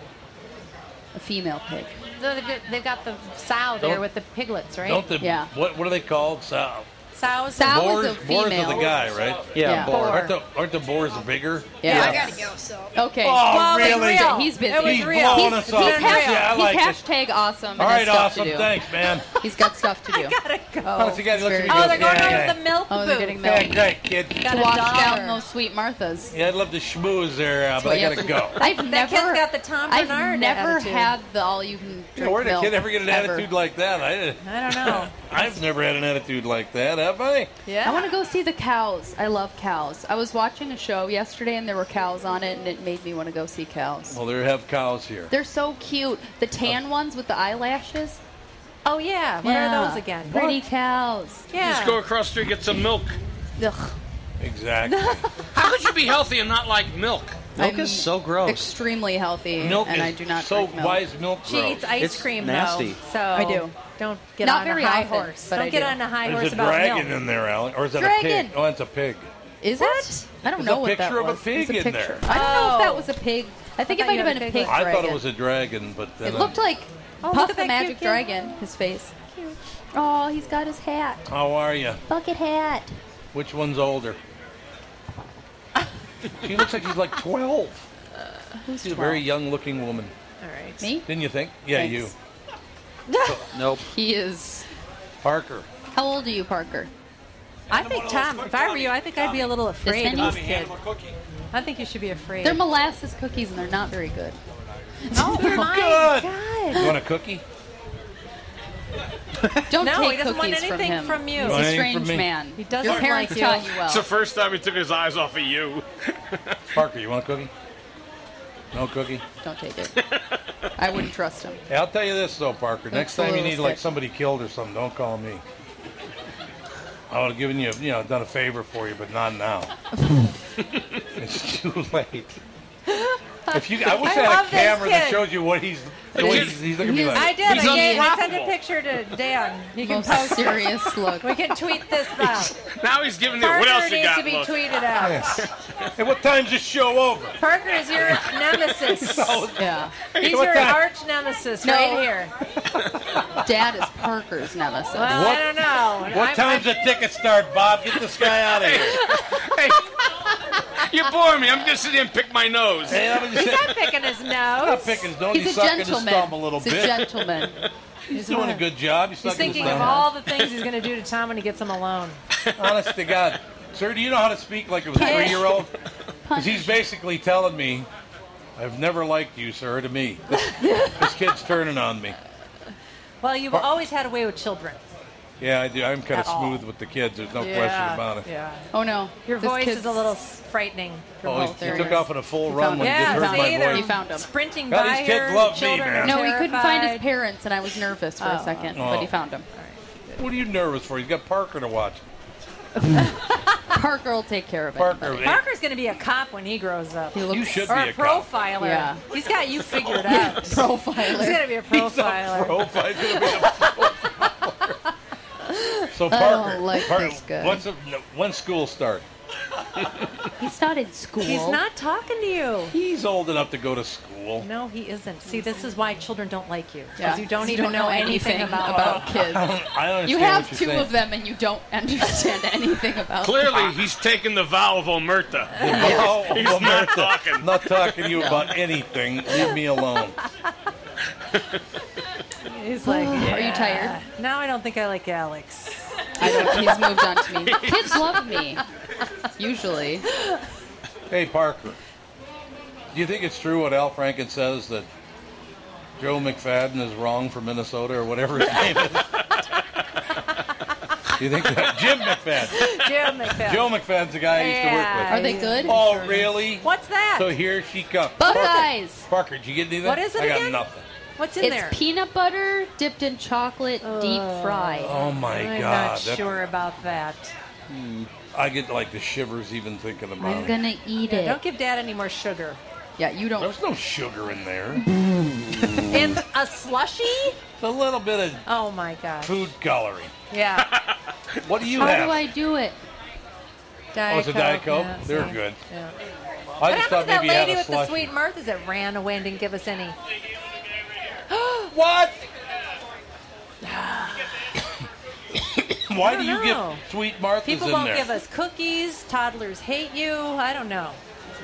B: A female pig.
C: No, they've got- They've got the sow there
A: Don't-
C: with the piglets, right?
A: Don't the
B: Yeah.
A: what what are they called? So,
C: Sows.
B: Sow- That was
A: boars,
B: a
A: boars are the
B: female.
A: guy, right?
D: Yeah,
B: Yeah.
D: Boar.
A: Aren't the aren't the boars bigger?
H: Yeah, I
B: Yeah.
H: gotta go. So.
B: Okay.
C: Well, it was
A: really?
C: real.
B: He's busy.
C: It was
A: He's
C: real.
A: blowing
C: He's-
A: us up.
C: he's half-
A: Yeah, Oh, I like
B: he's
A: this.
B: hashtag awesome. and
A: All
B: has
A: right,
B: stuff to
A: awesome.
B: do.
A: Thanks, man.
B: He's got stuff to do.
C: gotta go.
A: Honest to God, he looks at me
B: very-
A: and
C: Oh,
A: goes,
C: they're going
A: yeah,
C: over
A: yeah.
C: to the milk
B: Oh,
C: booth.
B: they're getting milk.
A: Yeah, great kid.
C: Got
B: To
C: a
B: wash
C: dollar.
B: down those sweet Marthas.
A: Yeah, I'd love to schmooze there, uh, but
B: what
A: I
B: you
A: gotta
B: have
A: go.
B: I've
C: That
B: never.
C: kid's got the Tom
B: I've
C: Bernard
B: never
C: attitude.
B: had the all you can drink
A: You know, where did a
B: milk.
A: kid ever get an
B: ever.
A: attitude like that? I didn't.
C: I don't know.
A: I've never had an attitude like that, have I?
C: Yeah.
B: I want to go see the cows. I love cows. I was watching a show yesterday and there were cows on it, and it made me want to go see cows.
A: Well, there have cows here.
B: They're so cute. The tan ones with the eyelashes.
C: Oh yeah. What
B: Yeah.
C: are those again?
B: Pretty cows.
C: Yeah.
E: Just go across the street, get some milk.
B: Ugh.
A: Exactly.
E: How could you be healthy and not like milk?
D: Milk
B: I'm
D: is so gross.
B: Extremely healthy,
A: milk
B: and
A: is
B: I do not
A: so
B: drink milk.
A: why is milk
C: She
A: gross?
C: eats ice
D: It's
C: cream
D: nasty.
C: though. So
B: I do.
C: Don't get
B: Not
C: on
B: very
C: a high
B: often,
C: horse.
B: but
C: don't
B: I
C: get
B: do.
C: on a high
A: There's
C: horse
A: a
C: about
A: dragon
C: milk.
A: in there, Alec. Or is that a
C: Dragon.
A: pig? Oh, it's a pig.
B: Is it? I don't
A: There's a
B: know what that
A: picture of a
B: was.
A: pig
B: It's a
A: in there.
B: picture. I don't know
C: Oh.
B: if that was a pig. I think
C: I
B: it
C: thought
B: might
C: you
B: have
C: had
B: been
C: a
B: a
C: pig
B: pig.
A: I thought it
B: dragon.
A: was a dragon, but then
B: It looked like
C: Oh, look
B: Puff
C: at
B: the
C: that
B: Magic
C: cute kid.
B: Dragon. His face. Oh, he's got his hat.
A: How are you?
B: Bucket hat.
A: Which one's older? she looks like she's like 12.
B: Who's
A: She's a
B: 12?
A: very young looking woman.
C: All right.
B: Me?
A: Didn't you think? Yeah,
B: Thanks.
A: you.
D: Nope.
B: He is.
A: Parker.
B: How old are you, Parker?
C: I think Tom. If I were you, I think I'd be a little afraid of
B: Tommy.
C: this kid. I think you should be afraid.
B: They're molasses cookies and they're not very good.
C: oh my
A: Good.
C: God.
A: You want a cookie?
B: Don't
C: No,
B: take
C: he doesn't want
B: cookies from
C: anything
B: him.
C: from
A: No,
C: you.
B: He's a
A: Anything
B: strange
A: from me.
B: man.
C: He doesn't
B: Your parents
C: like you.
B: taught you well.
E: It's the first time he took his eyes off of you.
A: Parker, you want a cookie? No cookie?
B: Don't take it. I wouldn't trust him.
A: Hey, I'll tell you this though, Parker. Next
B: a
A: time you
B: little
A: need like
B: sick.
A: somebody killed or something, don't call me. I would have given you, you know, done a favor for you, but not now. it's too late. If you, I wish I,
C: I
A: had a
C: love this
A: camera that
C: kid.
A: shows you what he's, the way he's, he's looking at me like.
C: I did.
E: He's
C: I, gave, I sent a
E: unflappable.
C: picture to Dan. You can
B: Most
C: post it.
B: serious look.
C: We can tweet this out.
E: Now he's giving you.
C: Parker
E: What else you
C: needs
E: got?
C: to be
E: look?
C: tweeted out.
A: Hey, what time's the show over?
C: Parker is your nemesis.
B: Yeah.
C: He's
A: What
C: your
A: time?
C: arch nemesis
B: No.
C: right here.
B: Dad is Parker's nemesis.
C: Well,
A: What-
C: I don't know.
A: What
C: I'm-
A: time's the ticket start, Bob? Get this guy out of here.
E: Hey, you bore me. I'm gonna sit here and pick my nose.
A: Hey, I'm just
C: He's not picking his nose.
A: Pickens, don't
B: He's
A: he
B: a
A: suck in his
B: gentleman.
A: thumb a little
B: He's
A: bit?
B: a gentleman.
A: He's doing a good job. He's
C: He's
A: sucking his
C: thinking of
A: thumb.
C: all the things he's going to do to Tom when he gets him alone.
A: Honest to God. Sir, do you know how to speak like it was a three year old? Because he's basically telling me, I've never liked you, sir, to me. This, this kid's turning on me.
C: Well, you've always had a way with children.
A: Yeah, I do. I'm kind of
C: At all.
A: smooth with the kids. There's no question
C: yeah.
A: about it.
C: Yeah.
B: Oh no.
C: Your
B: This
C: voice
B: kid's-
C: is a little s- frightening.
A: Oh,
B: Oh,
A: he,
B: there
A: he
B: it
A: took
B: is.
A: off on a full
B: He
A: run
B: found
A: when
B: it.
A: he just
C: yeah,
A: heard
B: see,
A: my
C: they're
A: voice.
B: He found him.
C: Sprinting
A: God,
C: by
A: these kids
C: her,
A: love me,
C: children
A: man.
C: are
B: No, he couldn't find his
C: terrified.
B: parents, and I was nervous for a second,
A: Oh.
B: but he found him.
A: What are you nervous for? He's got Parker to watch.
B: Parker will take care of it.
A: Parker, eh?
C: Parker's going to be a cop when he grows up.
B: He
A: you
B: looks
A: should be
C: or
A: a
C: a
A: cop.
C: profiler.
B: Yeah.
C: He's got you figured out. He's
B: profiler.
C: going to be a
A: He's a
C: profiler.
A: profi- he's gonna be a profiler. Oh, So Parker,
B: like
A: Parker,
B: this guy.
A: what's a, no, when's school start?
B: He's not in school.
C: He's not talking to you.
A: He's old enough to go to school.
C: No, he isn't. See, this is why children don't like you. Because
B: Yeah.
C: you don't even know, anything, about,
A: I
B: kids.
A: don't, I don't
B: You
A: understand
B: have
A: what you're
B: two
A: saying.
B: of them, and you don't understand anything about.
A: Ah.
E: Clearly, he's taking the vow of Omerta.
A: Oh,
E: He's
A: well,
E: not
A: Martha,
E: talking.
A: Not talking to you about anything. Leave me alone.
C: He's like,
B: Are you tired?
C: now I don't think I like Alex.
B: I don't. He's moved on to me. Kids love me. Usually,
A: Hey, Parker, do you think it's true what Al Franken says that Joe McFadden is wrong for Minnesota or whatever his name is? Do you think that? Jim McFadden.
C: Jim McPhail.
A: Joe McFadden's the guy I used to work with.
B: are they good?
A: Oh, really?
C: What's that?
A: So here she comes.
B: Buckeyes.
A: Parker, did you get anything?
C: What is it
A: I got
C: again?
A: nothing.
C: What's in
B: It's
C: there?
B: peanut butter dipped in chocolate, deep fried.
A: Oh my
C: I'm
A: God!
C: not
A: that-
C: sure about that.
A: I get like the shivers even thinking about
B: I'm
A: it.
B: gonna eat
C: Don't
B: it.
C: give Dad any more sugar.
B: Yeah, you
A: There
B: don't.
A: was no sugar in there.
C: And a slushy?
A: It's a little bit of
C: Oh my god.
A: food coloring. Oh,
C: Yeah.
A: What do you
B: How
A: have?
B: do I do it?
C: Diet
A: Oh, it's a Diet Coke?
C: yeah,
A: They're
C: so-
A: good. I
C: Yeah. What
A: just
C: happened
A: thought
C: to that
A: maybe you had
C: lady
A: a
C: with the
A: slushie.
C: sweet Martha's that ran away and didn't give us any?
A: What? Why do
C: don't
A: you
C: know.
A: get sweet Martha's
C: People
A: in
C: won't
A: there?
C: give us cookies. Toddlers hate you. I don't know.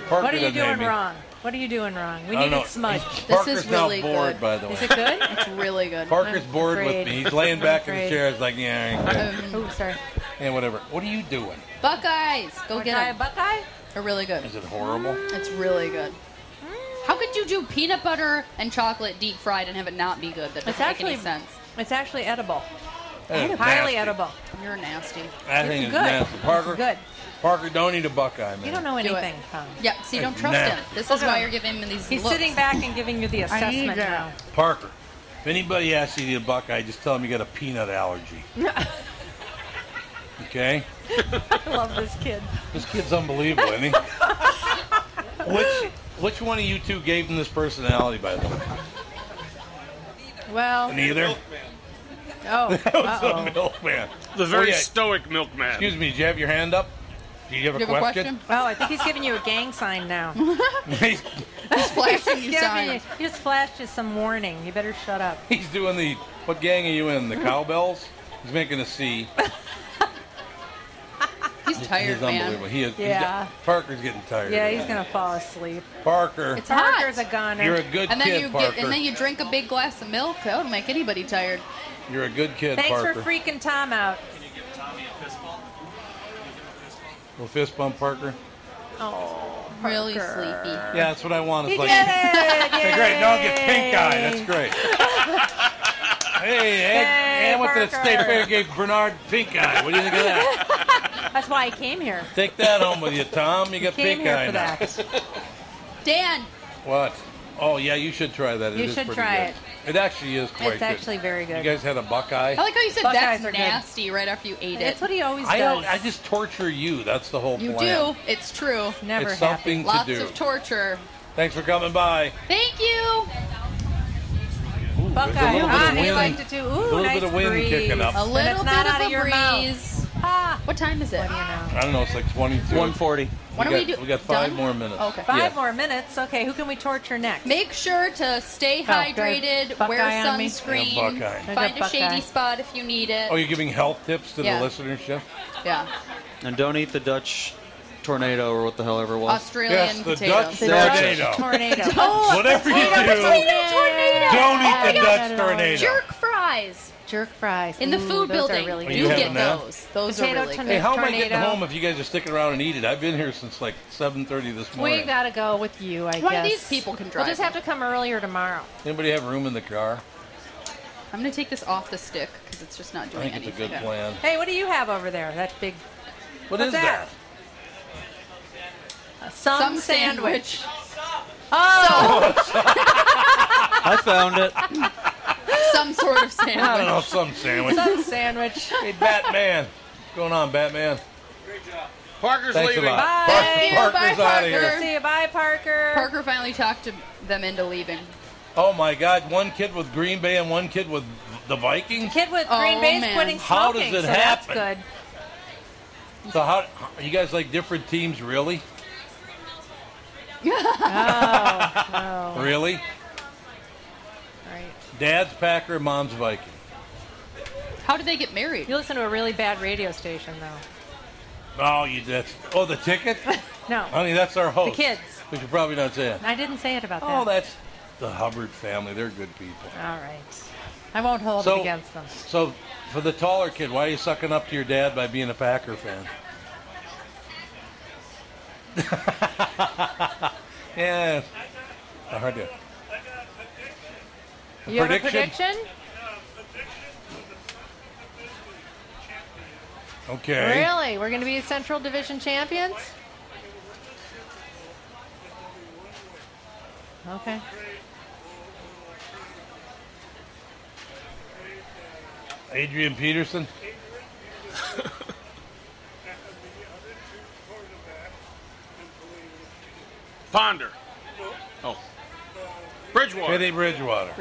A: Parker
C: What are you
A: doesn't hate
C: doing
A: me.
C: wrong? What are you doing wrong? We
A: I
C: need
A: don't know.
C: it smudged.
B: This
A: Parker's
B: is really
A: now bored,
B: good.
A: by the way.
C: Is it good?
B: It's really good.
A: Parker's
C: I'm
A: bored
C: afraid.
A: with me. He's laying back in the
C: afraid.
A: chair. He's like, yeah,
C: oh, sorry.
A: and whatever. What are you doing?
B: Buckeyes, go
C: Wanna
B: get
C: try a
B: them.
C: Buckeye?
B: They're really good.
A: Is it horrible?
C: Mm,
B: It's really good. How could you do peanut butter and chocolate deep fried and have it not be good? That
C: It's
B: doesn't make any
C: actually
B: sense.
C: It's actually edible.
A: That is
C: Highly
A: nasty.
C: edible.
B: You're nasty.
A: That thing
C: It's
A: is
C: good.
A: nasty. Parker,
C: It's good.
A: Parker, don't eat a Buckeye, man.
C: You don't know
B: Do it.
C: anything, Tom.
B: Yeah, see, don't
A: It's
B: trust him.
A: nasty.
B: This is why you're giving him these
C: He's
B: looks.
C: sitting back and giving you the assessment now.
A: Parker, if anybody asks you to eat a Buckeye, just tell them you got a peanut allergy. okay?
C: I love this kid.
A: This kid's unbelievable, isn't he? which which one of you two gave him this personality, by the way?
C: Well,
A: Neither.
C: oh,
A: That was
C: uh-oh.
A: a milkman.
E: The very
A: Oh, yeah.
E: stoic milkman.
A: Excuse me. Did you have your hand up? Do you have a
B: Do you have a
A: question?
B: question?
C: Oh, I think he's giving you a gang sign now. He's
A: he's,
B: He's flashing you
C: giving you,
B: signs.
C: he just flashed you some warning. You better shut up.
A: he's doing the what gang are you in? The cowbells. He's making a C.
B: He's tired,
A: he's unbelievable.
B: man.
A: He is. he's-
C: Yeah.
A: Parker's getting tired.
C: Yeah,
A: of
C: he's
A: that.
C: gonna fall asleep.
A: Parker,
B: It's hot.
C: Parker's a goner.
A: you're a good
B: And
A: kid,
B: then you
A: Parker.
B: get, and then you drink a big glass of milk. That would make anybody tired.
A: You're a good kid,
C: Thanks
A: Parker.
C: for freaking Tom out.
A: Well, fist bump, Parker.
B: Really sleepy.
A: Yeah, that's what I want. It's
C: He
A: like,
C: did it!
A: Hey, great. Now I get
C: Yay!
A: pink eye. That's great. hey,
C: Yay,
A: and went to the
C: Parker.
A: state fair gave Bernard pink eye. What do you think of that?
C: That's why I came here.
A: Take that home with you, Tom. You got
C: Came
A: pink
C: here
A: eye
C: for
A: now.
C: that.
B: Dan,
A: What? Oh yeah, you should try that. It
C: You
A: is
C: should
A: pretty
C: try
A: good. it. It actually is quite
C: It's
A: good.
C: actually very good.
A: You guys had a Buckeye.
B: I like how you said
C: Buckeyes are
B: that's
C: good.
B: nasty right after you ate it.
C: That's what he always
A: I
C: does.
A: don't. I just torture you. That's the whole
B: you
A: plan.
B: do. It's true.
C: Never
A: it's
C: happy.
A: something
B: Lots
A: to do.
B: of torture.
A: Thanks for coming by.
B: Thank you.
A: Ooh, there's
C: Buckeye.
A: A little bit
C: Ah,
A: of
C: he
A: wind.
C: liked it too. Ooh,
A: a little
C: nice
A: bit of wind
C: breeze.
A: kicking up.
B: A
A: I
C: But
B: little
C: it's
B: bit
C: not
B: of
C: out
B: a
C: of your mouth.
B: breeze.
C: Ah,
B: What time is it?
C: you know.
A: don't know. It's like 22.
D: 140.
B: What
A: we
B: are
A: got,
B: we doing?
A: We got five
B: Done?
A: more minutes.
B: Okay.
C: Five
A: Yeah.
C: more minutes. Okay, who can we torture next?
B: Make sure to stay
C: great.
B: hydrated, wear
C: Buckeye on me.
B: sunscreen,
A: Yeah, Buckeye.
B: find a
C: Buckeye.
B: shady spot if you need it.
A: Oh, you're giving health tips to
B: Yeah.
A: the listenership?
B: yeah.
D: And don't eat the Dutch tornado or what the hell ever it was.
B: Australian
A: Yes, the Dutch
B: potatoes.
A: tornado. Oh,
C: Tornado.
A: Whatever you do, don't eat the Dutch tornado.
B: Jerk fries
C: Jerk fries.
B: in the
C: Ooh,
B: food
C: those are
B: building.
C: really
A: Are
B: you
A: Oh, you
B: get
A: having that?
B: those. Those
C: Potato
B: are really
C: tornado.
A: Hey, how am I
C: Tornado.
A: getting home if you guys are sticking around and eat it? I've been here since like 7.30 this
C: We
A: morning.
C: gotta go with you, I guess.
B: One of these people can drive
C: We'll just have to come earlier tomorrow.
A: Anybody have room in the car?
B: good. I'm gonna take this off the stick because it's just not
A: I
B: doing
A: think it's a
B: anything.
A: good plan.
C: Hey, what do you have over there? That big
A: What
C: What's
A: is
C: that?
A: that?
C: uh, some,
B: Some sandwich.
C: Oh,
D: I found it.
B: Some sort of
A: I don't
B: sandwich.
A: know, some sandwich.
C: some sandwich.
A: hey, Batman. What's going on, Batman?
E: Parker's
A: Thanks a
E: leaving.
A: lot.
C: Bye.
A: Park-
C: Thank
B: you.
A: Parker's
B: Bye,
A: out of
B: Parker.
A: here.
C: See you. Bye, Parker.
B: Parker finally talked to them into leaving.
A: Oh, my God. One kid with Green Bay and one kid with the Vikings?
C: Kid with
B: Oh,
C: Green Bay's
B: man.
C: quitting
A: How does
C: smoking,
A: it
C: so
A: happen?
C: that's good.
A: So how, you guys like different teams, really?
C: Oh,
A: Really?
C: right.
A: Dad's Packer, Mom's Viking.
B: How did they get married?
C: You listen to a really bad radio station, though.
A: Oh, you did. Oh, the ticket?
C: No,
A: Honey, that's our host.
C: kids.
A: We should probably not say it.
C: I didn't say it about that.
A: Oh, that's the Hubbard family. They're good people.
C: All right. I won't hold
A: So-
C: it against them.
A: So, for the taller kid, why are you sucking up to your dad by being a Packer fan? yeah. I heard you.
C: You have a
A: prediction?
C: prediction?
A: Okay.
C: Really? We're going to be Central Division champions? Okay.
A: Adrian Peterson?
E: Ponder. Oh. Bridgewater.
A: Teddy Bridgewater.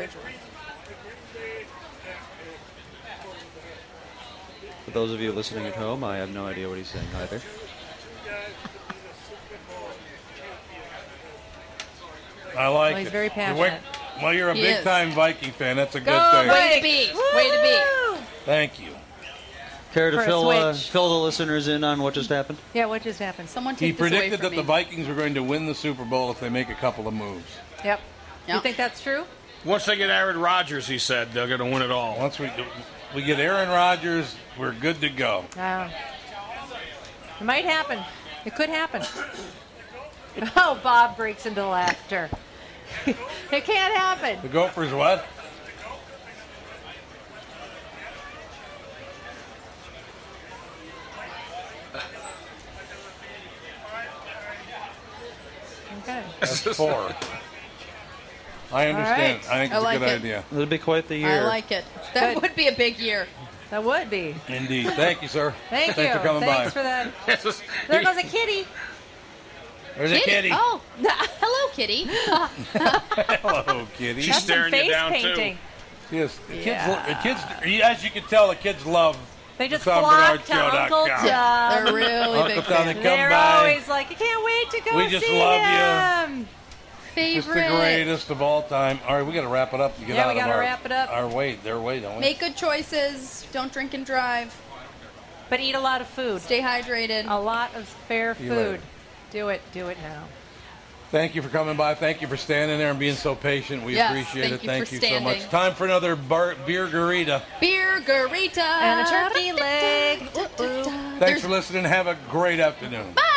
D: For those of you listening at home, I have no idea what he's saying either.
A: I like
C: Well, he's
A: it.
C: very
A: You wait- well, you're a
B: He
A: big time Viking fan. That's a good thing.
B: Way to be. Way to be.
A: Thank you.
D: Care to
C: For a
D: fill uh,
C: switch.
D: fill the listeners in on what just happened?
C: Yeah, what just happened?
B: Someone
A: He
B: take this away
A: predicted
B: from
A: that
B: me.
A: the Vikings were going to win the Super Bowl if they make a couple of moves.
C: Yep. You
B: Yeah.
C: think that's true?
E: Once they get Aaron Rodgers, he said, they're going to win it all.
A: Once we we get Aaron Rodgers, we're good to go.
C: Wow. It might happen. It could happen. Oh, Bob breaks into laughter. it can't
A: The
C: happen.
A: Gophers what?
C: Okay.
A: That's four. I understand.
C: right.
A: I think
B: I
A: it's
B: like
A: a good
B: it.
A: idea.
D: It'll be quite the year.
B: I like it. That
C: Good.
B: would be a big year.
C: That would be.
A: Indeed. Thank you, sir.
C: Thank
A: Thanks
C: you.
A: for coming
C: Thanks
A: by.
C: for that.
E: This is-
C: There goes a kitty.
A: There's a kitty.
B: Oh, hello, kitty.
A: Hello, kitty.
E: She's
C: That's some
E: staring you
C: face
E: down, too.
C: painting.
A: Yes, the kids.
C: Yeah.
A: The kids. As you can tell, the kids love.
C: They just
A: Tom
C: flock
A: Bernard
C: to
A: Show
C: Uncle
A: dot com.
C: Tom.
B: They're really
A: Uncle
B: big
A: Tom
B: fans.
A: and come
C: They're
A: by.
C: always like, I can't wait to go
A: We just
C: see
A: love you.
C: him.
A: It's the
B: Favorite.
A: greatest of all time. All right, we got to wrap it up and get
C: Yeah,
A: out
C: we
A: of
C: gotta
A: our,
C: wrap it up.
A: our way, their way, don't we?
B: Make good choices. Don't drink and drive.
C: But eat a lot of food.
B: Stay hydrated.
C: A lot of fair
A: you later.
C: food. Do it. Do it now.
A: Thank you for coming by. Thank you for standing there and being so patient. We
B: Yes,
A: appreciate
B: thank
A: it.
B: you
A: thank
B: for
A: you so much.
B: standing.
A: Time for another bar- beer garita.
B: Beer, garita,
C: And a turkey leg. Ooh, ooh.
A: Thanks for listening. Have a great afternoon.
B: Bye.